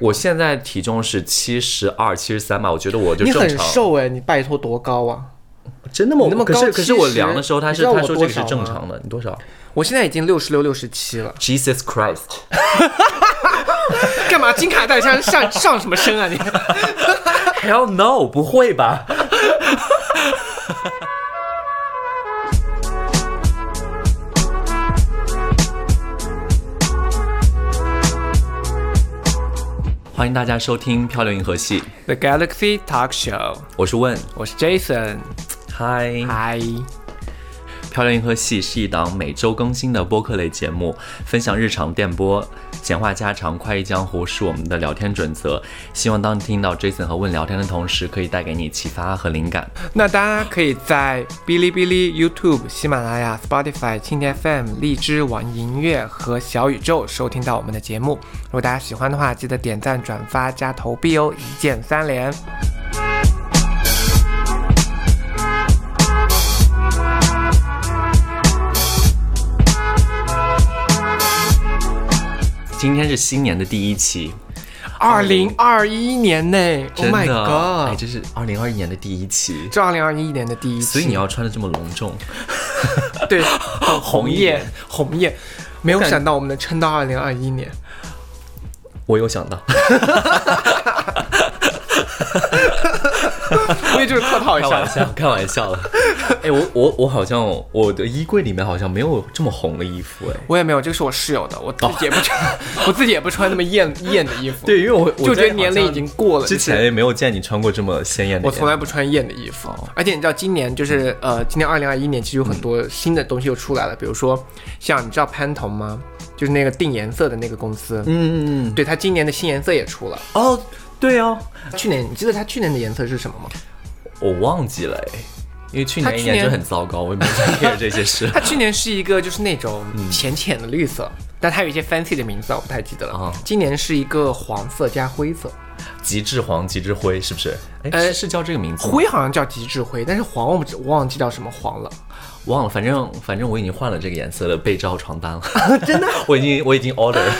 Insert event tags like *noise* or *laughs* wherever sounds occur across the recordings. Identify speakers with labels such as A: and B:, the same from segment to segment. A: 我现在体重是七十二、七十三吧，我觉得我就
B: 你
A: 正
B: 很
A: 常。
B: 瘦哎、你拜托多高啊！
A: 真的吗
B: 你那么
A: 可
B: 高
A: 是可是我量的时候，
B: 70
A: 他是
B: 你知道
A: 他
B: 我
A: 说这
B: 多
A: 个是
B: 少
A: 正
B: 吗
A: 常的，你多少
B: 我现在已经六十六、六十七了，
A: ？Jesus *laughs* Christ！
B: 干嘛金卡戴珊上上什么身啊你？
A: Hell no，不会吧？ *laughs* 欢迎大家收听《漂流银河系》，
B: *laughs* The Galaxy Talk Show，
A: 我是问，
B: 我是 Jason，
A: 嗨，
B: 嗨，
A: 《漂流银河系》是一档每周更新的播客类节目，分享日常电波、闲话家常、快意江湖是我们的聊天准则。希望当听到 Jason 和问聊天的同时，可以带给你启发和灵感。
B: 那大家可以在哔哩哔哩、YouTube、喜马拉雅、Spotify、蜻蜓 FM、荔枝、网易音乐和小宇宙收听到我们的节目。如果大家喜欢的话，记得点赞、转发加投币哦，一键三连。
A: 今天是新年的第一期，
B: 二零二一年内，Oh
A: 真
B: my
A: 的，哎，
B: God！
A: 这是二零二一年的第一期，
B: 这二零二一年的第一期，
A: 所以你要穿的这么隆重。
B: *laughs* 对
A: *laughs* 红
B: 红
A: 叶
B: 叶红叶，没有
A: 感
B: 想到我们能撑到二零二一年。
A: 我有想到，
B: 我也就是客套一
A: *laughs* 开
B: 下
A: 玩，笑， *laughs* 开玩笑了。哎，我我我好像我的衣柜里面好像没有这么红的衣服，哎，
B: 我也没有，这个是我室友的，我自己也不穿，我自己也不穿那么
A: *laughs*
B: 艳艳的衣服，
A: 哦对，因为我我
B: 就觉
A: 在
B: 得年
A: 好
B: 龄已
A: 像
B: 经过了。
A: 之前也没有见你穿过这么鲜艳的
B: 我
A: 颜
B: 从
A: 色。
B: 来不穿艳的衣服，
A: 哦
B: 而且你知道，今年就是呃，今年二零二一年，其实有很多新的东西又出来了，比如说像你知道潘彤吗？就是那个定颜色的那个公司，
A: 嗯嗯嗯，
B: 对它今年的新颜色也出了。
A: 哦，对哦，
B: 去年你记得它去年的颜色是什么吗？
A: 我忘记了哎，因为去
B: 他
A: 年一
B: 去
A: 年就
B: 年
A: 很糟糕，我也没有 care 这些
B: *laughs*
A: 事
B: 它去年是一个就是那种
A: 嗯
B: 浅浅的绿色，但它有一些 fancy 的名字啊，我不太记得了。
A: 啊
B: 今年是一个黄色加灰色，
A: 极致黄、极致灰是不是？哎，
B: 呃
A: 是是叫这个名字吗？
B: 灰好像叫极致灰，但是黄我不知我忘记叫什么黄了。
A: 忘了，反正反正我已经换了这个颜色的被罩床单了， *laughs* 真的，我已经我已经 order 了。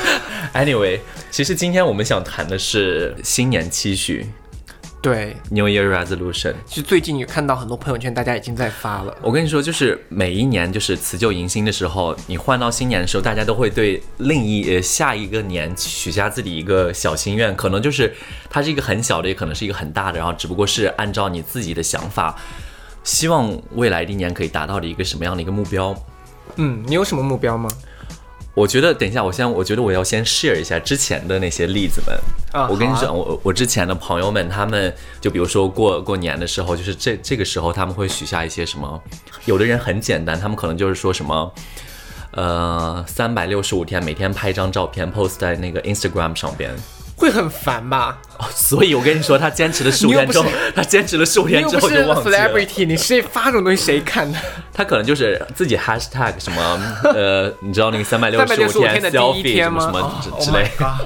A: Anyway，其实今天我们想谈的是新年期许
B: 对，
A: （New Year Resolution）。
B: 其实最近有看到很多朋友圈，大家已经在发了。
A: 我跟你说，就是每一年就是辞旧迎新的时候，你换到新年的时候，大家都会对另一呃下一个年许下自己一个小心愿，可能就是它是一个很小的，也可能是一个很大的，然后只不过是按照你自己的想法，希望未来的一年可以达到的一个什么样的一个目标。
B: 嗯，你有什么目标吗？
A: 我觉得，等一下，我先，我觉得我要先 share 一下之前的那些例子们。
B: 啊
A: 我跟你
B: 好啊
A: 讲，我我之前的朋友们，他们就比如说过过年的时候，就是这这个时候他们会许下一些什么，有的人很简单，他们可能就是说什么。呃，三百六十五天，每天拍一张照片，post 在那个 Instagram 上边。
B: 会很烦吧？
A: 哦，所以我跟你说，他坚持了十五
B: 你又
A: 天
B: 不
A: 之后
B: 是，
A: 他坚持了十五
B: 你
A: 天
B: 又
A: 之
B: 不
A: 后
B: 是
A: 就忘记了。
B: celebrity，你谁发这种东西
A: *laughs*
B: 谁看的？
A: 他可能就是自己 hashtag 什么，呃，你知道那个三百六十
B: 365天的第一
A: selfie 什
B: 天
A: 么
B: 吗哦
A: 什么之之类的。
B: 的。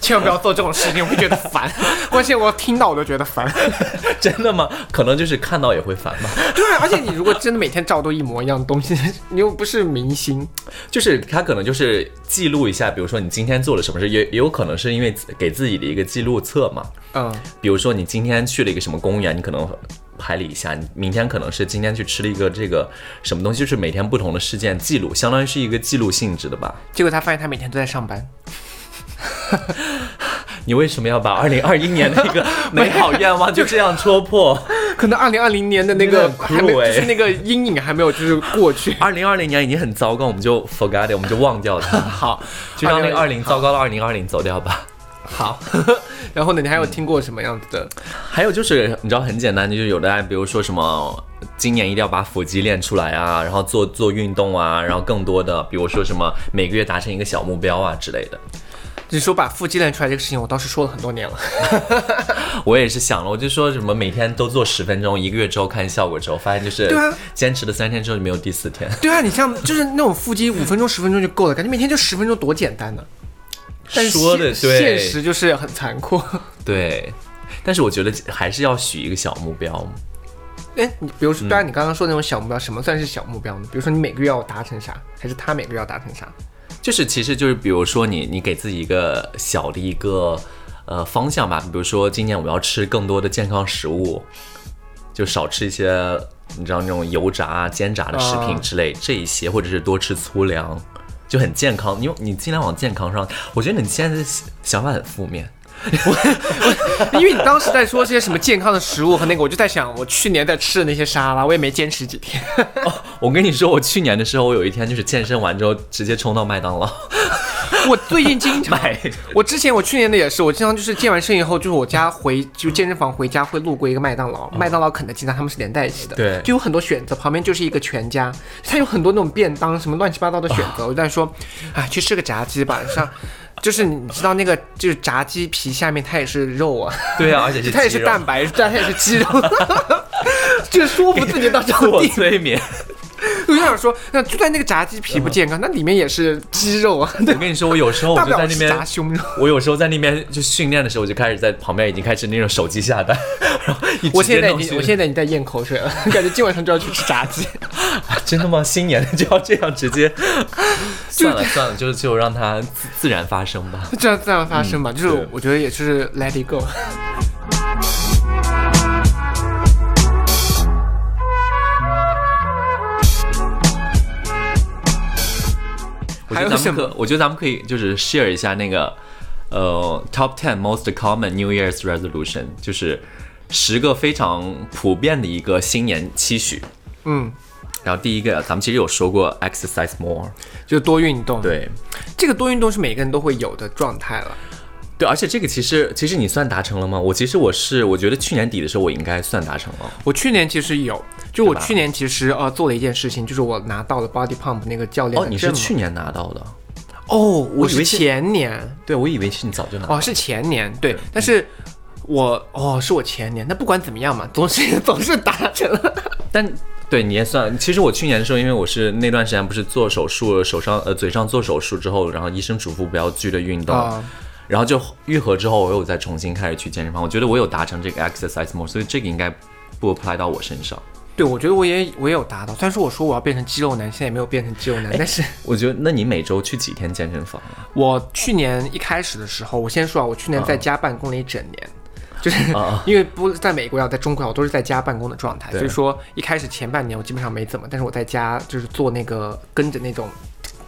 B: 千万不要做这种事情，我会觉得烦。关键我听到我都觉得烦。
A: *laughs* 真的吗？可能就是看到也会烦吧。 *laughs*
B: 对，而且你如果真的每天照都一模一样的东西， *laughs* 你又不是明星，
A: 就是他可能就是记录一下，比如说你今天做了什么事，也也有可能是因为给自己的一个记录册嘛。
B: 嗯，
A: 比如说你今天去了一个什么公园，你可能拍了一下；你明天可能是今天去吃了一个这个什么东西，就是每天不同的事件记录，相当于是一个记录性质的吧。 *laughs*
B: 结果他发现他每天都在上班。
A: 你为什么要把二零二一年的一 *laughs* 个美好愿望就这样戳破？ *laughs*
B: 可能二零二零年的那
A: 真的
B: 个
A: 很
B: 还
A: cruel
B: 没，就
A: 欸
B: 是那个阴影还没有就是
A: *laughs*。
B: 过去
A: 二零二零年已经很糟糕，我们就 forget it，我们就忘掉 *laughs* 它，
B: 好，
A: 就让那个二
B: 2020
A: 零糟糕的二零二零走掉吧。
B: 好。 *laughs* 然后呢，你还有听过什么样子的？
A: 还有就是，你知道很简单，就是有的爱，比如说什么，今年一定要把腹肌练出来啊，然后做做运动啊，然后更多的，比如说什么每个月达成一个小目标啊之类的。 *laughs*
B: 你说把腹肌练出来这个事情，我倒是说了很多年了。
A: 我也是想了，我就说什么每天都做十分钟，一个月之后看效果之后，发现就是
B: 对啊
A: 坚持了三天之后就没有第四天，
B: 对啊，你像就是那种腹肌五分钟十分钟就够了，感觉每天就十分钟多简单呢、但是
A: 说的
B: 现现
A: 对
B: 实就是很残酷。 *laughs*
A: 对，但是我觉得还是要许一个小目标。
B: 哎，你比如
A: 嗯
B: 说，对啊，你刚刚说那种小目标，什么算是小目标呢？比如说你每个月要达成啥，还是他每个月要达成啥？
A: 就是其实就是比如说你你给自己一个小的一个呃方向吧，比如说今年我要吃更多的健康食物，就少吃一些你知道那种油炸啊、煎炸的食
B: 啊
A: 品之类、这一些，或者是多吃粗粮，就很健康。你你尽量往健康上，我觉得你现在的想法很负面。
B: *laughs* 因为你当时在说这些什么健康的食物和那个，我就在想，我去年在吃的那些沙拉，我也没坚持几天。 *laughs*
A: 我跟你说，我去年的时候，我有一天就是健身完之后直接冲到麦当劳 *laughs*
B: 我最近经常，
A: 买。
B: 我之前我去年的也是，我经常就是健完身以后，就是我家回就健身房回家会路过一个麦当劳，麦当劳、肯德基呢，他们是连在一起的，
A: 嗯对
B: 就有很多选择，旁边就是一个全家，它有很多那种便当什么乱七八糟的选
A: 啊
B: 择，我就在说，哎，去吃个炸鸡吧，上。就是你知道那个，就是炸鸡皮下面它也是肉啊，
A: 对啊，而 *laughs* 且是
B: 它也
A: 鸡
B: 是
A: 肉
B: 蛋白，但它也是鸡肉， *laughs* 就说服自己到这
A: 自
B: 种
A: 我
B: 地
A: 催眠。 *laughs*
B: 我就想说，那就算那个炸鸡皮不健康，那里面也是鸡肉啊，
A: 我跟你说，我有时候我
B: 大不
A: 嗯哦就在
B: 了
A: 那
B: 是
A: 边
B: 炸胸肉。
A: 我有时候在那边就训练的时候，我就开始在旁边已经开始那种手机下单， *laughs* 然后一直接
B: 我现在已
A: 弄
B: 经，
A: 去
B: 我现在已经在咽口水了，感觉今晚上就要去吃
A: *laughs*
B: 炸鸡。
A: 啊真的吗？新年就要这样直
B: *laughs*
A: 接？算了算了，就就让它自自然发生吧。
B: 这样自然发生吧，就是
A: 对
B: 我觉得也是 let
A: *laughs*
B: it go。
A: 我
B: 还
A: 觉
B: 有
A: 得咱
B: 什
A: 们
B: 么
A: 可，我觉得咱们可以就是 share 一下那个呃 top ten most common New Year's resolution，就是十个非常普遍的一个新年期许。
B: 嗯，
A: 然后第一个，咱们其实有说过 exercise more，
B: 就多运动。，
A: 对，
B: 这个多运动是每个人都会有的状态了。
A: 对，而且这个其实其实你算达成了吗？我其实我是我觉得去年底的时候我应该算达成了。
B: 我去年其实有，就
A: 是
B: 我
A: 吧
B: 去年其实呃做了一件事情，就是我拿到了 body pump 那个教练
A: 哦，
B: 的
A: 你是
B: 证嘛
A: 去年拿到的？
B: 哦，我
A: 以
B: 是
A: 为是
B: 前年
A: 对，我以为是你早就拿到。
B: 哦，是前年对，
A: 嗯
B: 但是我哦是我前年，那不管怎么样嘛，总是 *laughs* 总是达成了。
A: 但对你也算。其实我去年的时候，因为我是那段时间不是做手术，手上呃嘴上做手术之后，然后医生嘱咐不要剧烈运动。
B: 啊
A: 然后就愈合之后，我又再重新开始去健身房。我觉得我有达成这个 exercise more，所以这个应该不 apply 到我身上。
B: 对，我觉得我也我也有达到。虽然说我说我要变成肌肉男，现在也没有变成肌
A: 哎
B: 肉男，但是
A: 我觉得，那你每周去几天健身房啊？
B: 我去年一开始的时候，我先说啊，我去年在家办公了一整年，就是、
A: 啊
B: *laughs* 因为不在美国呀，在中国呀，我都是在家办公的状态，
A: 对
B: 所以说一开始前半年我基本上没怎么，但是我在家就是做那个跟着那种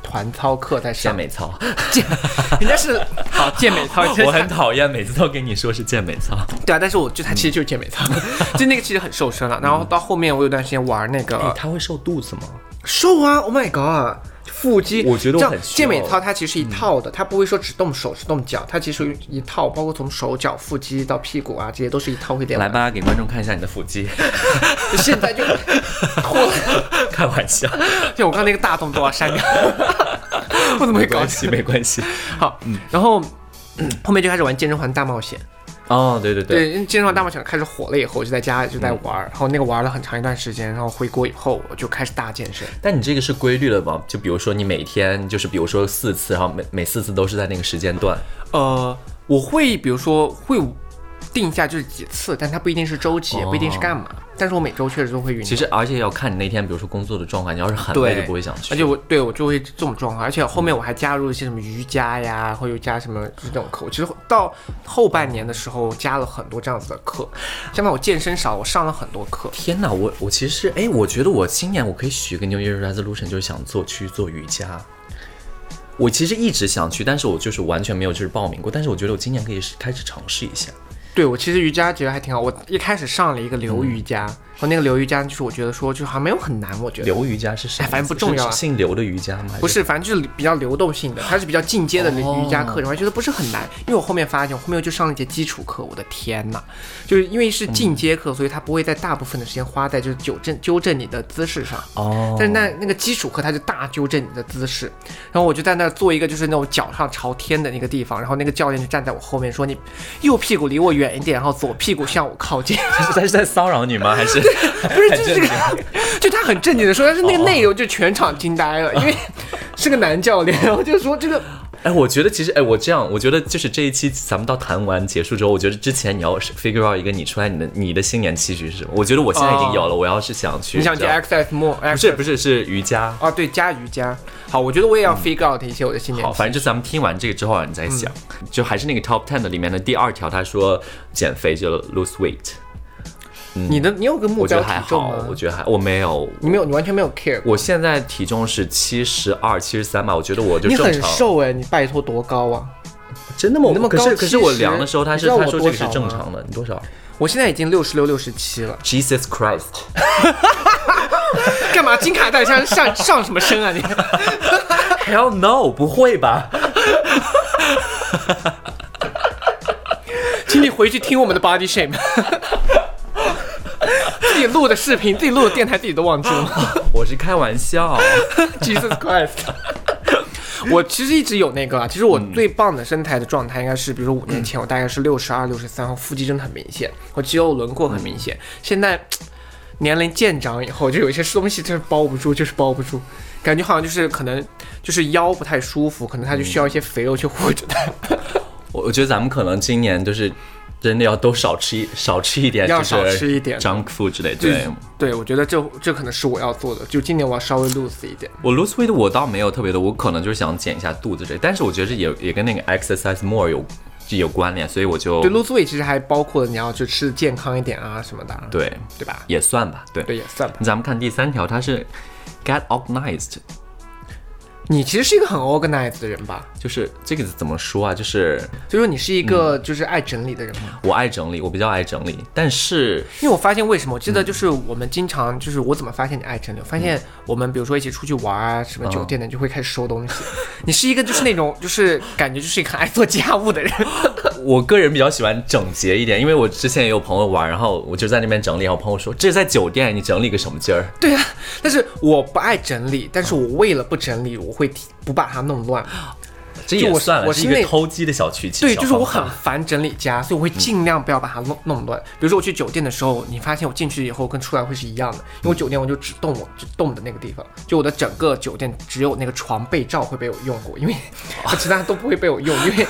B: 团操课在
A: 健
B: 上，
A: 美操，
B: 健， *laughs* 人家是好健美 *laughs* 操，
A: *laughs* 我 *laughs* 很讨厌每次都跟你说是健美操。
B: 对啊，但是我就它其实就是健美操， *laughs* 就那个其实很瘦身了。然后到后面我有段时间玩那个、
A: 它哎会瘦肚子吗？
B: 瘦啊，Oh my god，腹肌。
A: 我觉得我
B: 这样
A: 很需要嗯
B: 健美操它其实一套的，它不会说只动手只动脚，它其实一套，包括从手脚、腹肌到屁股啊，这些都是一套会练
A: 来
B: 完。
A: 吧，给观众看一下你的腹肌， *laughs*
B: 现在就脱了，
A: 开玩笑，
B: 就我刚刚那个 *laughs* 大动作要删掉，我怎么会
A: *laughs* 没
B: 搞
A: 关
B: 起
A: 系，没关系。
B: 好，然后。嗯后面就开始玩健身环大冒险，
A: 哦，对对嗯对，
B: 对，因为健身环大冒险开始火了以后，我就在家就在玩儿，然后那个玩了很长一段时间，然后回国以后我就开始大健身，
A: 但你这个是规律了吗？就比如说你每天就是比如说四次，然后每每四次都是在那个时间段。
B: 呃，我会比如说会定下就是几次，但它不一定是周期，也不一定是干嘛。但是我每周确实都会运动。
A: 哦其实而且要看你那天比如说工作的状况，你要是很累就不会想去。嗯
B: 而且我对我就会这种状况，而且后面我还加入一些什么瑜伽呀，或者加什么就是这种课。我其实到后半年的时候加了很多这样子的课，相反我健身少，我上了很多课。
A: 天哪，我我其实哎，我觉得我今年我可以许一个 New Year resolution，就是想做去做瑜伽。我其实一直想去，但是我就是完全没有就是报名过。但是我觉得我今年可以试开始尝试一下。
B: 对我其实瑜伽觉得还挺好，我一开始上了一个流瑜伽，
A: 嗯
B: 我那个流瑜伽就是我觉得说就是好像没有很难，我觉得。
A: 刘瑜伽是啥
B: 哎
A: 意思？
B: 反正不重要啊
A: 是姓刘的瑜伽吗？还
B: 不是，反正就是比较流动性的，它是比较进阶的
A: 哦
B: 瑜伽课程，我还觉得不是很难。因为我后面发现，我后面又去上了一节基础课，我的天呐，就是因为是
A: 嗯
B: 进阶课，所以它不会在大部分的时间花在就是纠正纠正你的姿势上。
A: *laughs* 哦，
B: 但是那那个基础课，它就大纠正你的姿势，然后我就在那儿做一个就是那种脚上朝天的那个地方，然后那个教练就站在我后面说：“你右屁股离我远一点，然后左屁股向我靠近。”
A: 是他是在骚扰你吗？还是
B: 不是，就是这个， *laughs* 就他很
A: 哦 *laughs*
B: 正经的说，但是那个内容就全场惊呆了，因为是个男教练，然后就说这个
A: *laughs* 哎，我觉得其实，哎，我这样，我觉得就是这一期咱们到谈完结束之后，我觉得之前你要是 figure out 一个你出来你的你的新年期许是什么？我觉得我现在已经有了，我要是想去，
B: 哦你想去
A: 这样
B: XS More？
A: 不是不是是瑜伽。
B: 哦，对，加瑜伽。好，我觉得我也要 figure out 一些我的新年
A: 好，
B: 期。
A: 反正就咱们听完这个之后啊，你再
B: 嗯
A: 想，就还是那个 top ten 的里面的第二条，他说减肥就 lose weight，
B: 你的你有个目
A: 我觉
B: 标
A: 得
B: 体
A: 还
B: 重
A: 好，嗯我
B: 吗？
A: 觉得还我没有，
B: 你没有，你完全没有 care 过。
A: 我现在体重是七十二、七十三吧，我觉得我就
B: 你
A: 正常。
B: 很瘦哎、你拜托多高啊！
A: 真的吗？
B: 你那么
A: 可
B: 高
A: 是可是我量的时候，
B: 70
A: 他是
B: 你知道
A: 他
B: 我
A: 说这
B: 多
A: 个是
B: 少
A: 正
B: 吗
A: 常的，你多少
B: 我现在已经六十六、六十七了，
A: *laughs* ？Jesus Christ！ *laughs*
B: 干嘛金卡戴珊上上什么身
A: *laughs*
B: 啊你？
A: Hell no，不会吧？ *laughs*
B: 请你回去听我们的 Body Shame，自己录的视频，自己录的电台，自己都忘记了。
A: 我是开玩笑。 *laughs*
B: Jesus Christ！我其实一直有那个啊，其实我
A: 嗯
B: 最棒的身材的状态应该是，比如说五年前我大概是六十二、六十三，腹肌真的很明显，我肌肉轮廓很明显。
A: 嗯
B: 现在年龄渐长以后，就有一些东西就是包不住，就是包不住，感觉好像就是可能就是腰不太舒服，可能它就需要一些肥肉去护着它。
A: 我我觉得咱们可能今年就是真的要都少吃一少吃一点，
B: 要
A: 就是
B: 少吃一点
A: junk food 之类。对
B: 对，我觉得这这可能是我要做的，就今年我要稍微 loose 一点。
A: 我 lose weight 我倒没有特别的，我可能就是想减一下肚子这，但是我觉得这也也跟那个 exercise more 有有关联，所以我就
B: 对，lose weight 其实还包括你要就吃得健康一点啊什么的啊，
A: 对
B: 对吧？
A: 也算吧，对。
B: 对，也算吧。
A: 咱们看第三条，它是 get organized，
B: 你其实是一个很 organized 的人吧？
A: 就是这个怎么说啊？就是
B: 所以说你是一个就是爱整理的人吗？
A: 我爱整理，我比较爱整理，但是
B: 因为我发现为什么，我记得就是我们经常就是我怎么发现你爱整理，我发现我们比如说一起出去玩啊，什么酒店的，你就会开始收东西。 *laughs* 你是一个就是那种就是感觉就是一个很爱做家务的人。
A: 我个人比较喜欢整洁一点，因为我之前也有朋友玩，然后我就在那边整理，然后朋友说这是在酒店，你整理个什么劲儿？
B: 对啊，但是我不爱整理，但是我为了不整理，我会提不把它弄乱。
A: 这也
B: 我
A: 算了，
B: 我
A: 是
B: 是
A: 一个
B: 那
A: 偷鸡的小曲奇。
B: 对，
A: 小
B: 就是我
A: 方法
B: 很烦整理家，所以我会尽量不要把它弄弄乱。比如说我去酒店的时候，你发现我进去以后跟出来会是一样的，因为我酒店我就只动我只动的那个地方，就我的整个酒店只有那个床被罩会被我用过，因为 *laughs* 其他都不会被我用，因为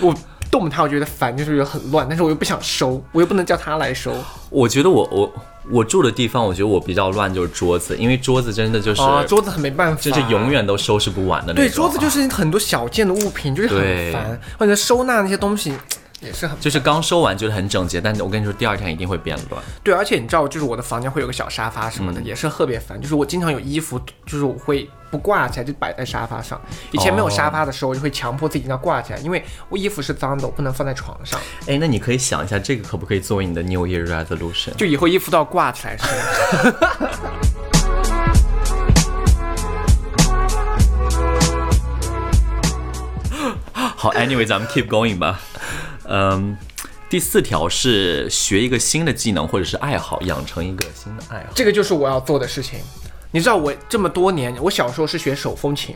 B: 我动它我觉得烦，就是觉得很乱，但是我又不想收，我又不能叫他来收。
A: 我觉得我我我住的地方，我觉得我比较乱，就是桌子，因为桌子真的就是、
B: 啊，桌子很没办法，
A: 就是永。远都收拾不完的那种。
B: 对，桌子就是很多小件的物品，就是
A: 对
B: 很烦，或者收纳那些东西也是很
A: 就是刚收完觉得很整洁，但是我跟你说，第二天一定会变乱。
B: 对，而且你知道，就是我的房间会有个小沙发什么的，也是特别烦。就是我经常有衣服，就是我会不挂起来，就摆在沙发上。以前没有沙发的时候，我就会强迫自己一定要挂起来，因为我衣服是脏的，我不能放在床上。
A: 哎，那你可以想一下，这个可不可以作为你的 New Year Resolution？
B: 就以后衣服都要挂起来是吗？
A: 好，Anyway，咱们 keep going 吧。嗯，第四条是学一个新的技能或者是爱好，养成一个新的爱好。
B: *laughs* 这个就是我要做的事情。你知道我这么多年，我小时候是学手风琴，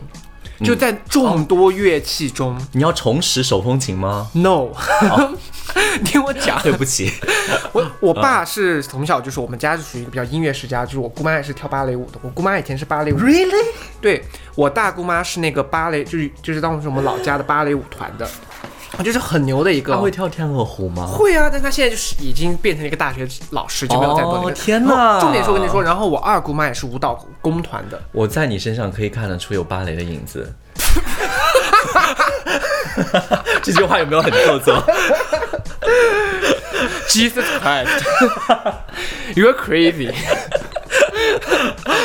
B: 就在众多乐器中、
A: 你要重拾手风琴吗？ *laughs*
B: n o *laughs* 你听我讲，
A: 对不起，
B: 我
A: 啊
B: 我爸是从小就是我们家是属于一个比较音乐世家，就是我姑妈也是跳芭蕾舞的。我姑妈以前是芭蕾舞，really？对我大姑妈是那个芭蕾，就是就是当时我们老家的芭蕾舞团的，就是很牛的一个。
A: 他会跳天鹅湖吗？
B: 会啊，但她现在就是已经变成了一个大学老师，就没有再做那个。
A: 哦天哪
B: 重点是我跟你说，然后我二姑妈也是舞蹈工团
A: *laughs*
B: 的，
A: 我在你身上可以看得出有芭蕾的影子。 *laughs* 这句话有没有很做作？ *laughs*
B: Jesus
A: 哎
B: Christ，You're crazy。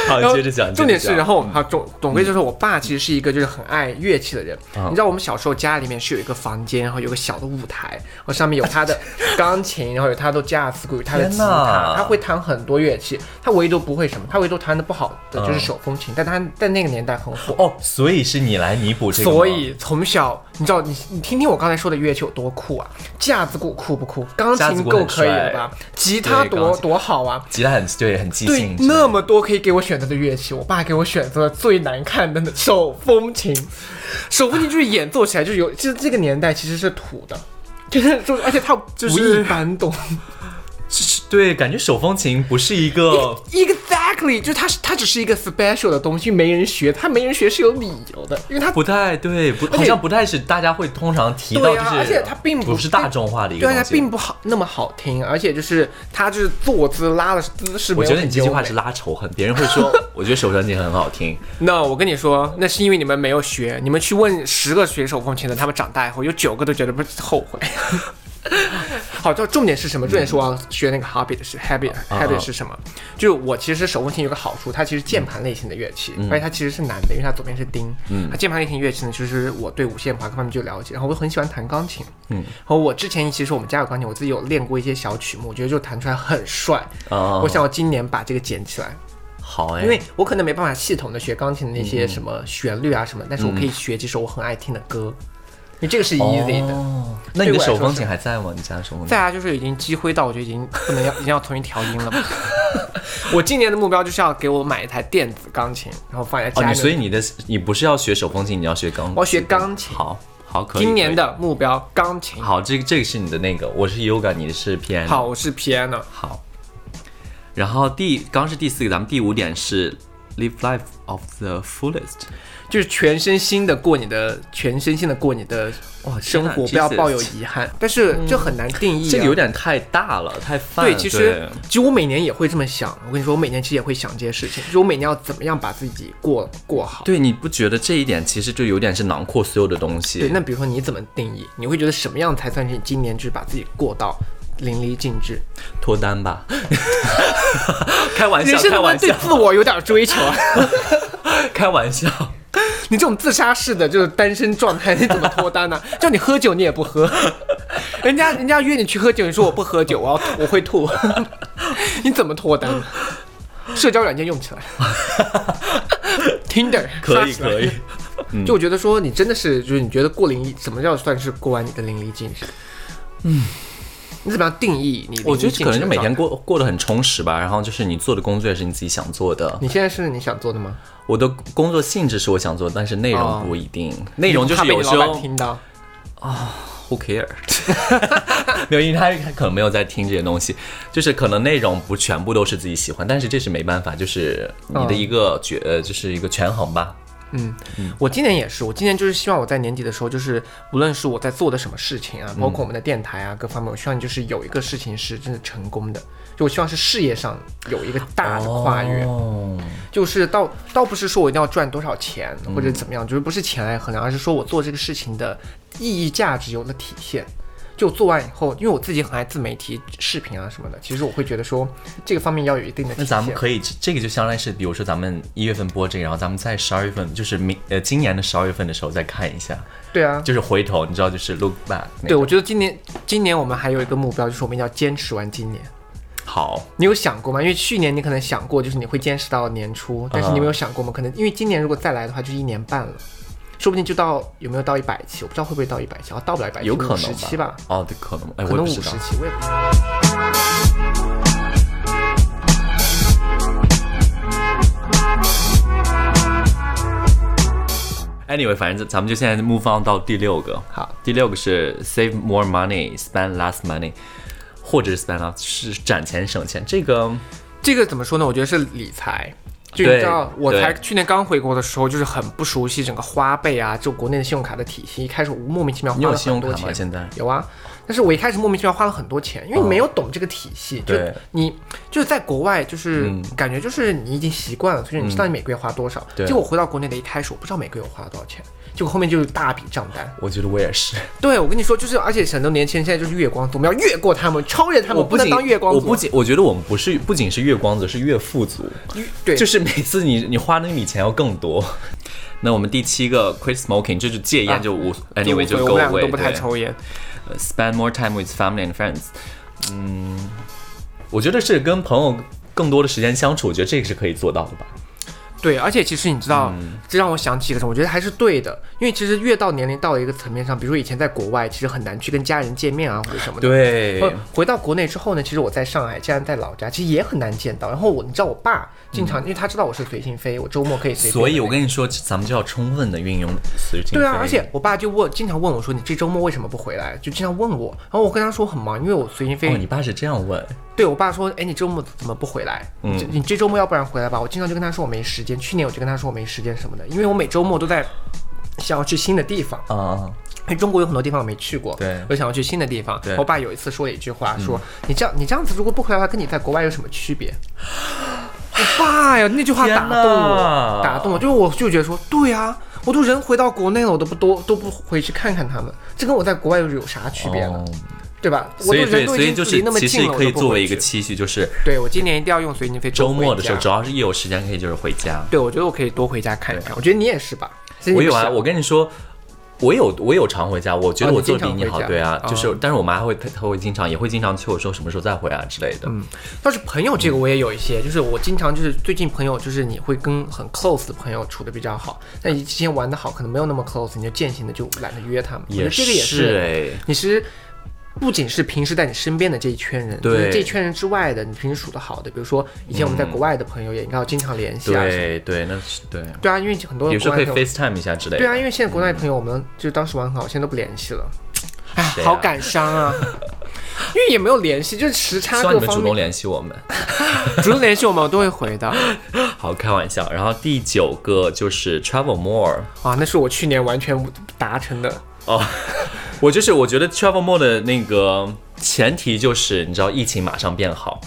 A: 好，
B: 然后
A: 接着讲。
B: 重点
A: 接
B: 是，
A: 着讲
B: 然
A: 嗯
B: 后好总总归就是，我爸其实是一个就是很爱乐器的人。
A: 啊
B: 你知道我们小时候家里面是有一个房间，然后有个小的舞台，然后上面有
A: *laughs*
B: 他的钢琴，然后有他的架子鼓，有他的吉
A: 天哪
B: 他，他会弹很多乐器，他唯独不会什么，他唯独弹的不好的
A: 嗯
B: 就是手风琴，但他在那个年代很火。
A: 哦，所以是你来弥补这个吗。
B: 所以从小，你知道你你听听我刚才说的乐器有多酷啊！架子鼓酷不酷？钢
A: 架子
B: 琴
A: 鼓
B: 够
A: 很
B: 可以
A: 帅
B: 了吧？吉他
A: 对
B: 多
A: 钢琴
B: 多好啊！
A: 吉他很对，很即
B: 对
A: 兴。
B: 那么多可以给我选择的乐器，我爸给我选择了最难看的手风琴。手风琴就是演奏起来就有，就是这个年代其实是土的，就是就是，而且它
A: 就
B: 不
A: 是
B: 一般懂。
A: 是对，感觉手风琴不是一个
B: Exactly， *laughs* Exactly，就是它是它只是一个 special 的东西，没人学，它没人学是有理由的，因为它
A: 不太对，不
B: 且
A: 好像不太是大家会通常提到，
B: 对
A: 就
B: 啊
A: 是
B: 而且它并不
A: 不是大众化的一个
B: 对它
A: 东西。
B: 并不好那么好听，而且就是它就是坐姿拉的姿势
A: 我
B: 没有
A: 觉得
B: 很
A: 你这句
B: 优
A: 话
B: 美
A: 是拉仇恨，别人会
B: *laughs*
A: 说，我觉得手风琴很好听，
B: No，我跟你说，那是因为你们没有学。你们去问十个学手风琴的，他们长大以后有九个都觉得不后悔。 *laughs* 好，就重点是什么？重点是我要学那个 habit 是 habit
A: 啊
B: habit 是什么？就是我其实手风琴有个好处，它其实键盘类型的乐器，
A: 嗯
B: 而且它其实是难的，因为它左边是丁。嗯，它键盘类型乐器呢，其实我对五线谱啊各方面就了解，然后我很喜欢弹钢琴。嗯，然后我之前其实我们家有钢琴，我自己有练过一些小曲目，我觉得就弹出来很帅。
A: 啊
B: 我想我今年把这个捡起来。
A: 好哎，嗯
B: 因为我可能没办法系统的学钢琴的那些什么旋律啊什么，但是我可以学几首我很爱听的歌，因为这个是 easy 的。
A: 哦那你的
B: 对我来
A: 手
B: 说
A: 风
B: 是
A: 琴还在吗？你家的手风琴哦
B: 再来就是已经积灰到我觉得已经不能要， *laughs* 已经要重新调音了吧。 *laughs* 我今年的目标就是要给我买一台电子钢琴，然后放在家
A: 哦，
B: 里面。
A: 你所以你的你不是要学手风琴，你要学钢琴，
B: 我要学钢琴
A: 好，好，可以。
B: 今年
A: 的
B: 的目标钢琴。
A: 好，这个这个是你的那个，我是 yoga，你是 piano。
B: 好，我是 piano。
A: 好。然后第刚是第四个，咱们第五点是 live life of the fullest。
B: 就是全身心的过你的，全身心的过你的
A: 哇
B: 生活，
A: 天哪
B: 不要
A: Jesus
B: 抱有遗憾。但是就很难定义、啊
A: 这个有点太大了，太泛。
B: 对，其实其实我每年也会这么想。我跟你说，我每年其实也会想这些事情，就是我每年要怎么样把自己过过好。
A: 对你不觉得这一点其实就有点是囊括所有的东西？
B: 对那比如说你怎么定义？你会觉得什么样才算是你今年就是把自己过到淋漓尽致？
A: 脱单吧， *laughs* 开玩
B: 人
A: 笑，开
B: 生能不能
A: 玩
B: 对
A: 笑，
B: 自我有点追求啊？ *laughs*
A: 开玩笑。
B: 你这种自杀式的就是单身状态，你怎么脱单呢、叫你喝酒你也不喝，人家人家约你去喝酒，你说我不喝酒，我要吐我会吐， *laughs* 你怎么脱单呢？社交软件用起来
A: *laughs*
B: ，Tinder
A: 可以
B: 刷起来
A: 可以，嗯
B: 就我觉得说，你真的是，就是你觉得过淋漓，什么叫算是过完你的淋漓尽致？嗯，你怎么样定义你？
A: *laughs* 我觉得可能就每天。过过得很充实吧，然后就是你做的工作也是你自己想做的，
B: 你现在是你想做的吗？
A: 我的工作性质是我想做的，但是内容不一定，内容就是
B: 哦你
A: 有
B: 怕被
A: 时
B: 你老
A: 候
B: 板听到，
A: who care，没 *laughs* 有，因为他他可能没有在听这些东西，就是可能内容不全部都是自己喜欢，但是这是没办法，就是你
B: 哦
A: 的一个决，呃，就是一个权衡吧。嗯
B: 我今年也是，我今年就是希望我在年底的时候，就是无论是我在做的什么事情
A: 嗯
B: 啊，包括我们的电台啊，各方面，我希望就是有一个事情是真的成功的，就我希望是事业上有一个大的跨越。
A: 哦，
B: 就是倒倒不是说我一定要赚多少钱
A: 嗯
B: 或者怎么样，就是不是钱来衡量，而是说我做这个事情的意义价值有了体现。就做完以后，因为我自己很爱自媒体视频啊什么的，其实我会觉得说这个方面要有一定的体
A: 那
B: 现。
A: 咱们可以，这个就相当于是，比如说咱们一月份播这个，然后咱们在十二月份，就是明呃今年的十二月份的时候再看一下，
B: 对啊，
A: 就是回头，你知道，就是 look back 那
B: 对
A: 个。
B: 我觉得今年今年我们还有一个目标，就是我们一定要坚持完今年。
A: 好，
B: 你有想过吗？因为去年你可能想过，就是你会坚持到年初，但是
A: 嗯
B: 你没有想过吗？可能因为今年如果再来的话，就是一年半了，说不定就到有没有到一百期，我不知道会不会到一百期，啊，到不了一百期，
A: 有可
B: 十
A: 能
B: 期吧，
A: 哦，对，可能，哎，我也
B: 可能
A: 不
B: 五
A: 知
B: 十
A: 道。
B: 期，我也不知道。
A: Anyway，反正咱们就现在 move on 到第六个。
B: 好，
A: 第六个是 save more money, spend less money，或者是 spend less 是攒钱省钱。这个
B: 这个怎么说呢？我觉得是理财。就你
A: 对
B: 知道，我才
A: 对
B: 去年刚回国的时候，就是很不熟悉整个花呗啊，就国内的信用卡的体系。一开始我莫名其妙花
A: 你有
B: 了
A: 信用
B: 很多
A: 卡吗？
B: 钱，
A: 现在
B: 有啊。但是我一开始莫名其妙花了很多钱，因为你没有懂这个体系。就
A: 哦对嗯
B: 你就是在国外，就是感觉就是你已经习惯了，所以你知道你每个月花多少。
A: 对
B: 结果回到国内的一开始，我不知道每个月我花了多少钱，结果后面就是大笔账单。
A: 我觉得我也是。
B: 对，我跟你说，就是而且很多年轻人现在就是月光族，我们要越过他们，超越他们，
A: 我
B: 不
A: 不
B: 能
A: 仅
B: 当月光族。
A: 我不仅我觉得我们不是不仅是月光族，是月富族，
B: 对，
A: 就是每次你你花那笔钱要更多。 *laughs* 那我们第七个 quit smoking，这就戒烟
B: 啊
A: 就无、anyway 就
B: 我
A: go
B: 们两个
A: away
B: 都不太
A: 对
B: 抽烟。
A: spend more time with family and friends。嗯，我觉得是跟朋友更多的时间相处，我觉得这个是可以做到的吧。
B: 对，而且其实你知道，
A: 嗯
B: 这让我想起一个什么，我觉得还是对的，因为其实越到年龄到了一个层面上，比如说以前在国外，其实很难去跟家人见面啊或者什么的。
A: 对
B: 呃。回到国内之后呢，其实我在上海，家人在老家，其实也很难见到。然后我，你知道我爸经常，因为他知道我是随心飞，我周末可以随
A: 嗯
B: 便。
A: 所以，我跟你说，咱们就要充分的运用随机。
B: 对啊，而且我爸就问，经常问我说你这周末为什么不回来？就经常问我，然后我跟他说很忙，因为我随心飞。
A: 哦，你爸是这样问，
B: 对我爸说，哎，你周末怎么不回来？
A: 嗯
B: 这你这周末要不然回来吧。我经常就跟他说我没时间，去年我就跟他说我没时间什么的，因为我每周末都在想要去新的地方。
A: 啊，
B: 因为中国有很多地方我没去过，
A: 对
B: 我想要去新的地方
A: 对。嗯
B: 我爸有一次说了一句话，说、你这样你这样子如果不回来的话，跟你在国外有什么区别？
A: *gasps*
B: 我爸呀，那句话
A: 天
B: 打动我
A: 哪，
B: 打动我，就是我就觉得说，对呀、我都人回到国内了，我都不多都不回去看看他们，这跟我在国外有啥区别呢？
A: 哦
B: 对吧？我
A: 所以
B: 都
A: 对，
B: 人都
A: 所
B: 已
A: 以
B: 经
A: 就
B: 距离
A: 是
B: 那么
A: 其
B: 近
A: 实
B: 了，
A: 可以
B: 我都不
A: 作为
B: 回
A: 一个
B: 去
A: 期许，就是
B: 对我今年一定要用随你飞
A: 周末的时候，只
B: 找。
A: 要是一有时间可以就是回家。
B: 对，我觉得我可以多回家看一看。我觉得你也是吧？其实你
A: 我
B: 不
A: 有啊，
B: 是
A: 我跟你说，我有我有常回家，我觉得
B: 哦
A: 我
B: 你
A: 做
B: 经
A: 得比
B: 常
A: 你
B: 回
A: 好，
B: 家
A: 对啊，
B: 哦
A: 就是，但是我妈会她她会经常也会经常催我说什么时候再回啊之类
B: 哦
A: 的，嗯，
B: 倒是朋友这个我也有一些，就是我经常就是最近朋友就是你会跟很 close 的朋友处的比较好，但你之前玩的好可能没有那么 close，你就渐行的就懒得约他们。我觉得这个也
A: 是
B: 是，
A: 哎，
B: 你其实不仅是平时在你身边的这一圈人，
A: 对嗯
B: 就是这一圈人之外的，你平时处的好的，比如说以前我们在国外的朋友也应该要经常联系啊。什么的
A: 对对，那是对，
B: 对啊，因为很多
A: 有
B: 的
A: 时
B: 国
A: 候
B: 外
A: 可以
B: 朋友，
A: FaceTime 一下之类的，
B: 对啊，因为现在国内朋友我们就当时玩很好，现在都不联系了，哎，
A: 谁啊
B: 好感伤啊。 *laughs* 因为也没有联系，就是时差
A: 希望
B: 各
A: 你们
B: 方
A: 主
B: 面
A: 动，联系我们。 *laughs*
B: 主动联系我们，我都会回的。
A: 好，开玩笑。然后第九个就是 travel more。
B: 啊，那是我去年完全达成的。
A: 哦，我就是我觉得 travel more 的那个前提就是你知道疫情马上变好，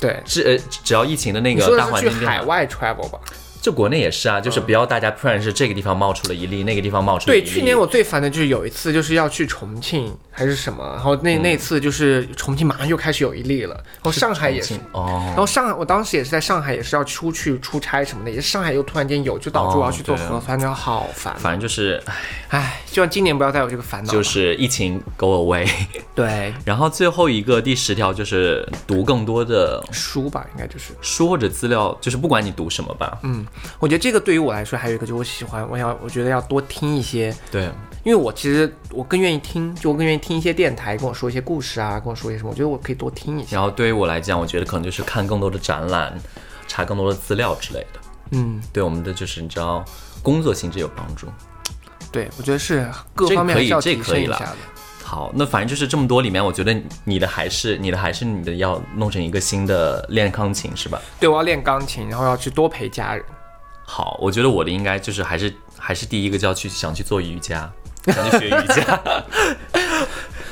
B: 对，
A: 只呃只要疫情的那
B: 你说
A: 个
B: 的
A: 大
B: 是
A: 环
B: 去
A: 境变
B: 海
A: 好，
B: 外 travel 吧？
A: 就国内也是啊，就是不要大家突然是这个地方冒出了一例，那个地方冒出了一
B: 嗯对，
A: 例。
B: 去年我最烦的就是有一次就是要去重庆还是什么，然后
A: 嗯
B: 那那次就是重庆马上又开始有一例了，然后上海也是。然
A: 哦，
B: 后上海，我当时也是在上海，也是要出去出差什么的，也是上海又突然间有，就导致我要去做
A: 哦对啊
B: 核酸，然后好烦。
A: 反正就是 *laughs* 唉
B: 唉，希望今年不要再有这个烦恼了。
A: 就是疫情 go away。 *laughs*
B: 对
A: 然后最后一个第十条就是读更多的
B: 书吧，应该就是。
A: 书或者资料，就是不管你读什么吧。
B: 嗯，我觉得这个对于我来说还有一个就是我喜欢，我要我觉得要多听一些
A: 对，
B: 因为我其实我更愿意听，就我更愿意听一些电台跟我说一些故事啊，跟我说一些什么，我觉得我可以多听一些。
A: 然后对于我来讲，我觉得可能就是看更多的展览，查更多的资料之类的，
B: 嗯，
A: 对我们的就是你知道工作性质有帮助。
B: 对，我觉得是各
A: 这
B: 方面
A: 可
B: 还
A: 以
B: 是要
A: 这
B: 提
A: 可
B: 升
A: 以
B: 一
A: 了
B: 下的。
A: 好，那反正就是这么多里面，我觉得你的还是你的还是你的要弄成一个新的练钢琴是吧？
B: 对，我要练钢琴，然后要去多陪家人。
A: 好，我觉得我的应该就是还是还是第一个就要去想去做瑜伽， *laughs* 想去学瑜
B: *laughs*
A: 伽。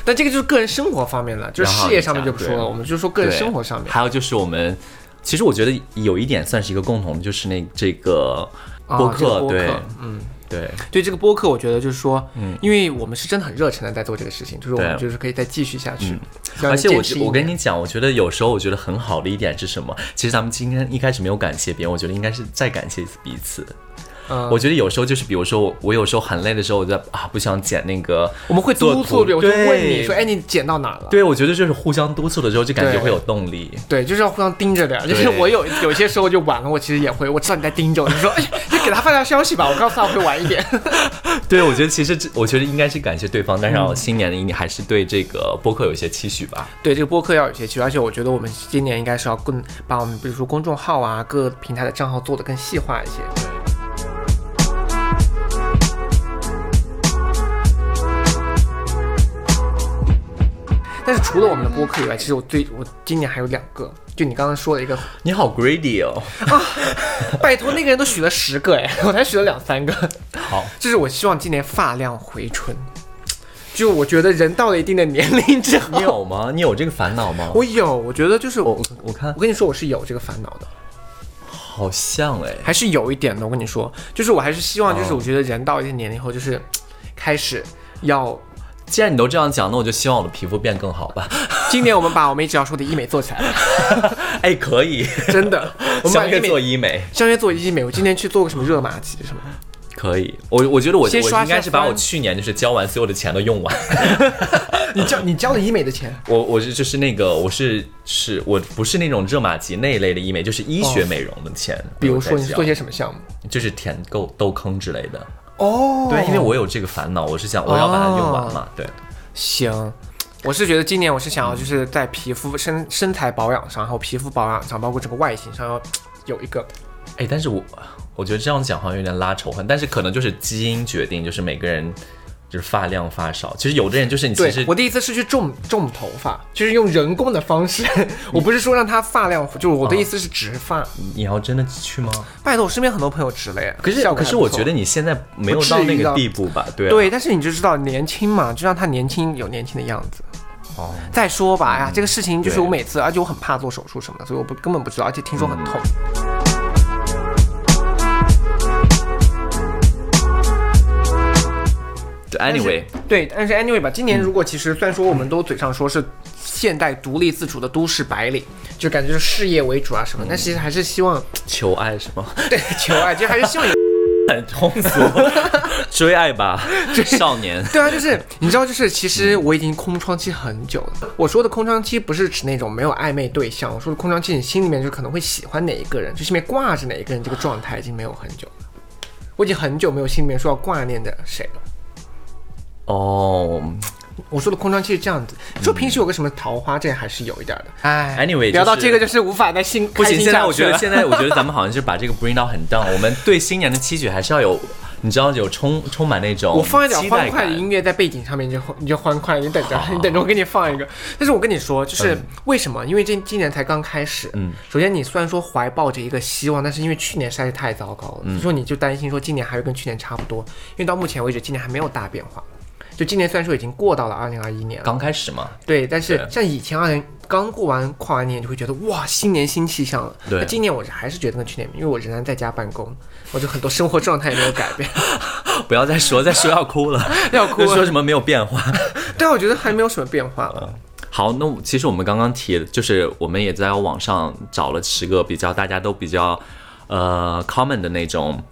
B: 但这个就是个人生活方面了，就是
A: 然后
B: 事业上面就不
A: 你
B: 说
A: 想
B: 了，
A: 对
B: 我们就说个人
A: 对
B: 生活上面
A: 还有就是我们，其实我觉得有一点算是一个共同的，就是那这个
B: 啊
A: 播
B: 这
A: 客，
B: 个播
A: 对
B: 客，嗯。
A: 对，
B: 对这个播客，我觉得就是说，嗯，因为我们是真的很热忱的在做这个事情，就是我们
A: 对嗯
B: 就是可以再继续下去。希望
A: 而
B: 你
A: 且我
B: 坚持
A: 觉
B: 一
A: 我跟
B: 年
A: 你讲，我觉得有时候我觉得很好的一点是什么？其实咱们今天一开始没有感谢别人，我觉得应该是再感谢彼此。
B: 嗯
A: 我觉得有时候就是，比如说我，我有时候很累的时候，我就啊不想剪那个，
B: 我们会
A: 做
B: 督
A: 图
B: 促，我就问你
A: 对
B: 说，哎，你剪到哪了？
A: 对我觉得就是互相督促的时候，就感觉
B: 对
A: 会有动力。
B: 对，就是要互相盯着的。就是我有有些时候就晚了，我其实也会，我知道你在盯着，我就说，哎，你给他发条消息吧，我告诉他我会晚一点。
A: 对，我觉得其实这，我觉得应该是感谢对方，但是我新年的一年还是对这个播客有一些期许吧。
B: 对，这个播客要有些趣，而且我觉得我们今年应该是要更把我们比如说公众号啊各平台的账号做得更细化一些。但是除了我们的播客以外，其实我最我今年还有两个，就你刚刚说的一个，
A: 你好 greedy 哦，
B: 拜托那个人都许了十个哎，我才许了两三个。
A: 好，
B: 就是我希望今年发量回春。就我觉得人到了一定的年龄之
A: *laughs* 你
B: 后，
A: 有吗？你有这个烦恼吗？
B: 我有，我觉得就是我，
A: 我看
B: 我跟你说，我是有这个烦恼的，
A: 好像哎，
B: 还是有一点的。我跟你说，就是我还是希望，就是
A: 哦
B: 我觉得人到一定年龄以后，就是开始要。
A: 既然你都这样讲，那我就希望我的皮肤变更好吧。
B: 今年我们把我们一直要说的医美做起来了，
A: *laughs*
B: *laughs*
A: 哎，可 *laughs* 以，
B: 真的，我们把
A: 相
B: 医
A: 约做
B: 美。
A: 医美
B: 相约做医美，我今天去做个什么热玛吉什么，
A: 可以。我我觉得我
B: 先刷
A: 我应该
B: 下
A: 是把我
B: 番
A: 去年就是交完所有的钱都用完。 *laughs*
B: 你交你交了医美的钱，
A: 我我是就是那个我是是我不是那种热玛吉那一类的医美，就是医学美容的钱。
B: 比如说你是
A: 我在
B: 做
A: 交
B: 些什么项目？
A: 就是舔够痘坑之类的。
B: 哦，
A: 对，因为我有这个烦恼，我是想我要把它用完嘛。对，
B: 行，我是觉得今年我是想要就是在皮肤身身材保养上，还有皮肤保养上，包括整个外形上要有一个。
A: 哎，但是我我觉得这样讲好像有点拉仇恨，但是可能就是基因决定，就是每个人就是发量发少。其实有的人就是你其
B: 对
A: 实
B: 我第一次是去种种头发，就是用人工的
A: *laughs*
B: 方式。我不是说让它发量，就是我
A: 嗯
B: 的意思是植发。
A: 你要真的去吗？
B: 拜托，我身边很多朋友植了耶。
A: 可是
B: 效果
A: 可
B: 还
A: 是
B: 不
A: 我
B: 错
A: 觉得你现在没有
B: 不至
A: 到
B: 于
A: 那个
B: 到
A: 地步吧？对啊
B: 对，但是你就知道年轻嘛，就让他年轻有年轻的样子。
A: 哦，
B: 再说吧，哎呀，这个事情就是
A: 对
B: 我每次，而且我很怕做手术什么的，所以我不根本不知道，而且听说很痛。
A: 嗯对
B: 但是
A: ，anyway，嗯
B: 对，但是 anyway 吧，今年如果其实虽然说我们都嘴上说是现代独立自主的都市白领，就感觉是事业为主啊什么，但其实还是希望 *laughs*
A: 求爱是 *laughs* 吗？
B: 对求爱，就还是希望有。
A: 很通俗，追爱
B: *laughs*
A: 吧，少年。
B: 对啊，就是你知道，就是其实我已经空窗期很久了。我说的空窗期不是指那种没有暧昧对象，我说的空窗期，你心里面就可能会喜欢哪一个人，就心里面挂着哪一个人，这个状态已经没有很久了。我已经很久没有心里面说要挂念着谁了。
A: 哦、
B: 我说的空窗期是这样子，说平时有个什么桃花，这还是有一点的。哎
A: 嗯 Anyway，
B: 聊到
A: 就是
B: 这个就是无法再心
A: 不
B: 开
A: 行，
B: 心
A: 现在
B: 下
A: 我
B: 去
A: 觉得
B: 了
A: 现在我觉得咱们好像是把这个 bring down 很 down，我们对新年的期许还是要有，你知道有充充满那种
B: 我放一点
A: 哦期
B: 欢
A: 待
B: 快
A: 感哦
B: 的音乐在背景上面，你就你就欢快，你等着，你等着我给你放一个。但是我跟你说，就是为什么？因为这今年才刚开始。
A: 嗯，
B: 首先你虽然说怀抱着一个希望，但是因为去年实在是太糟糕
A: 嗯
B: 了，所以说你就担心说今年还会跟去年差不多，因为到目前为止今年还没有大变化。就今年虽然说已经过到了二零二一年了，
A: 刚开始嘛，
B: 对，但是
A: 对
B: 像以前二零刚过完跨完年，就会觉得哇，新年新气象了。
A: 对
B: 那今年我还是觉得跟去年，因为我仍然在家办公，我就很多生活状态也没有改
A: *laughs*
B: 变，
A: 不要再说， *laughs* 再说要哭了，
B: 要哭
A: 再
B: 了
A: 说什么没有变化。
B: 对啊，我觉得还没有什么变化了。
A: 好，那我其实我们刚刚提了，就是我们也在网上找了十个比较大家都比较呃 common 的那种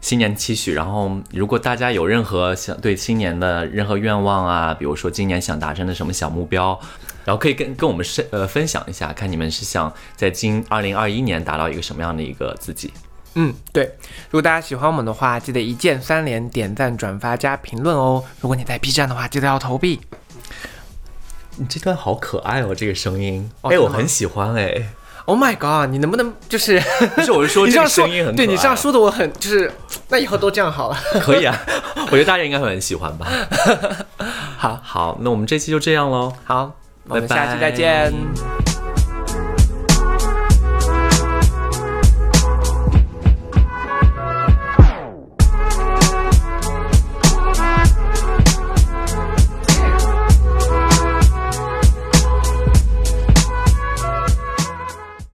A: 新年期许。然后，如果大家有任何想对新年的任何愿望啊，比如说今年想达成的什么小目标，然后可以跟跟我们是呃分享一下，看你们是想在今二零二一年达到一个什么样的一个自己。
B: 嗯，对。如果大家喜欢我们的话，记得一键三连，点赞、转发加评论哦。如果你在 B 站的话，记得要投币。
A: 你这段好可爱哦，这个声音，
B: 哦
A: 哎，我
B: 真的吗
A: 很喜欢哎。
B: Oh my god！你能不能就是？
A: 不是， *laughs* 我是说
B: 你
A: 这
B: 这
A: 个
B: 样说
A: 声音很，可
B: 对你
A: 爱
B: 这样
A: 啊
B: 说的我很就是，那以后都这样好了。
A: 可以啊， *laughs* 我觉得大家应该会很喜欢吧。 *laughs*
B: 好
A: 好，那我们这期就这样喽。
B: 好，我们
A: 拜拜
B: 下期再见。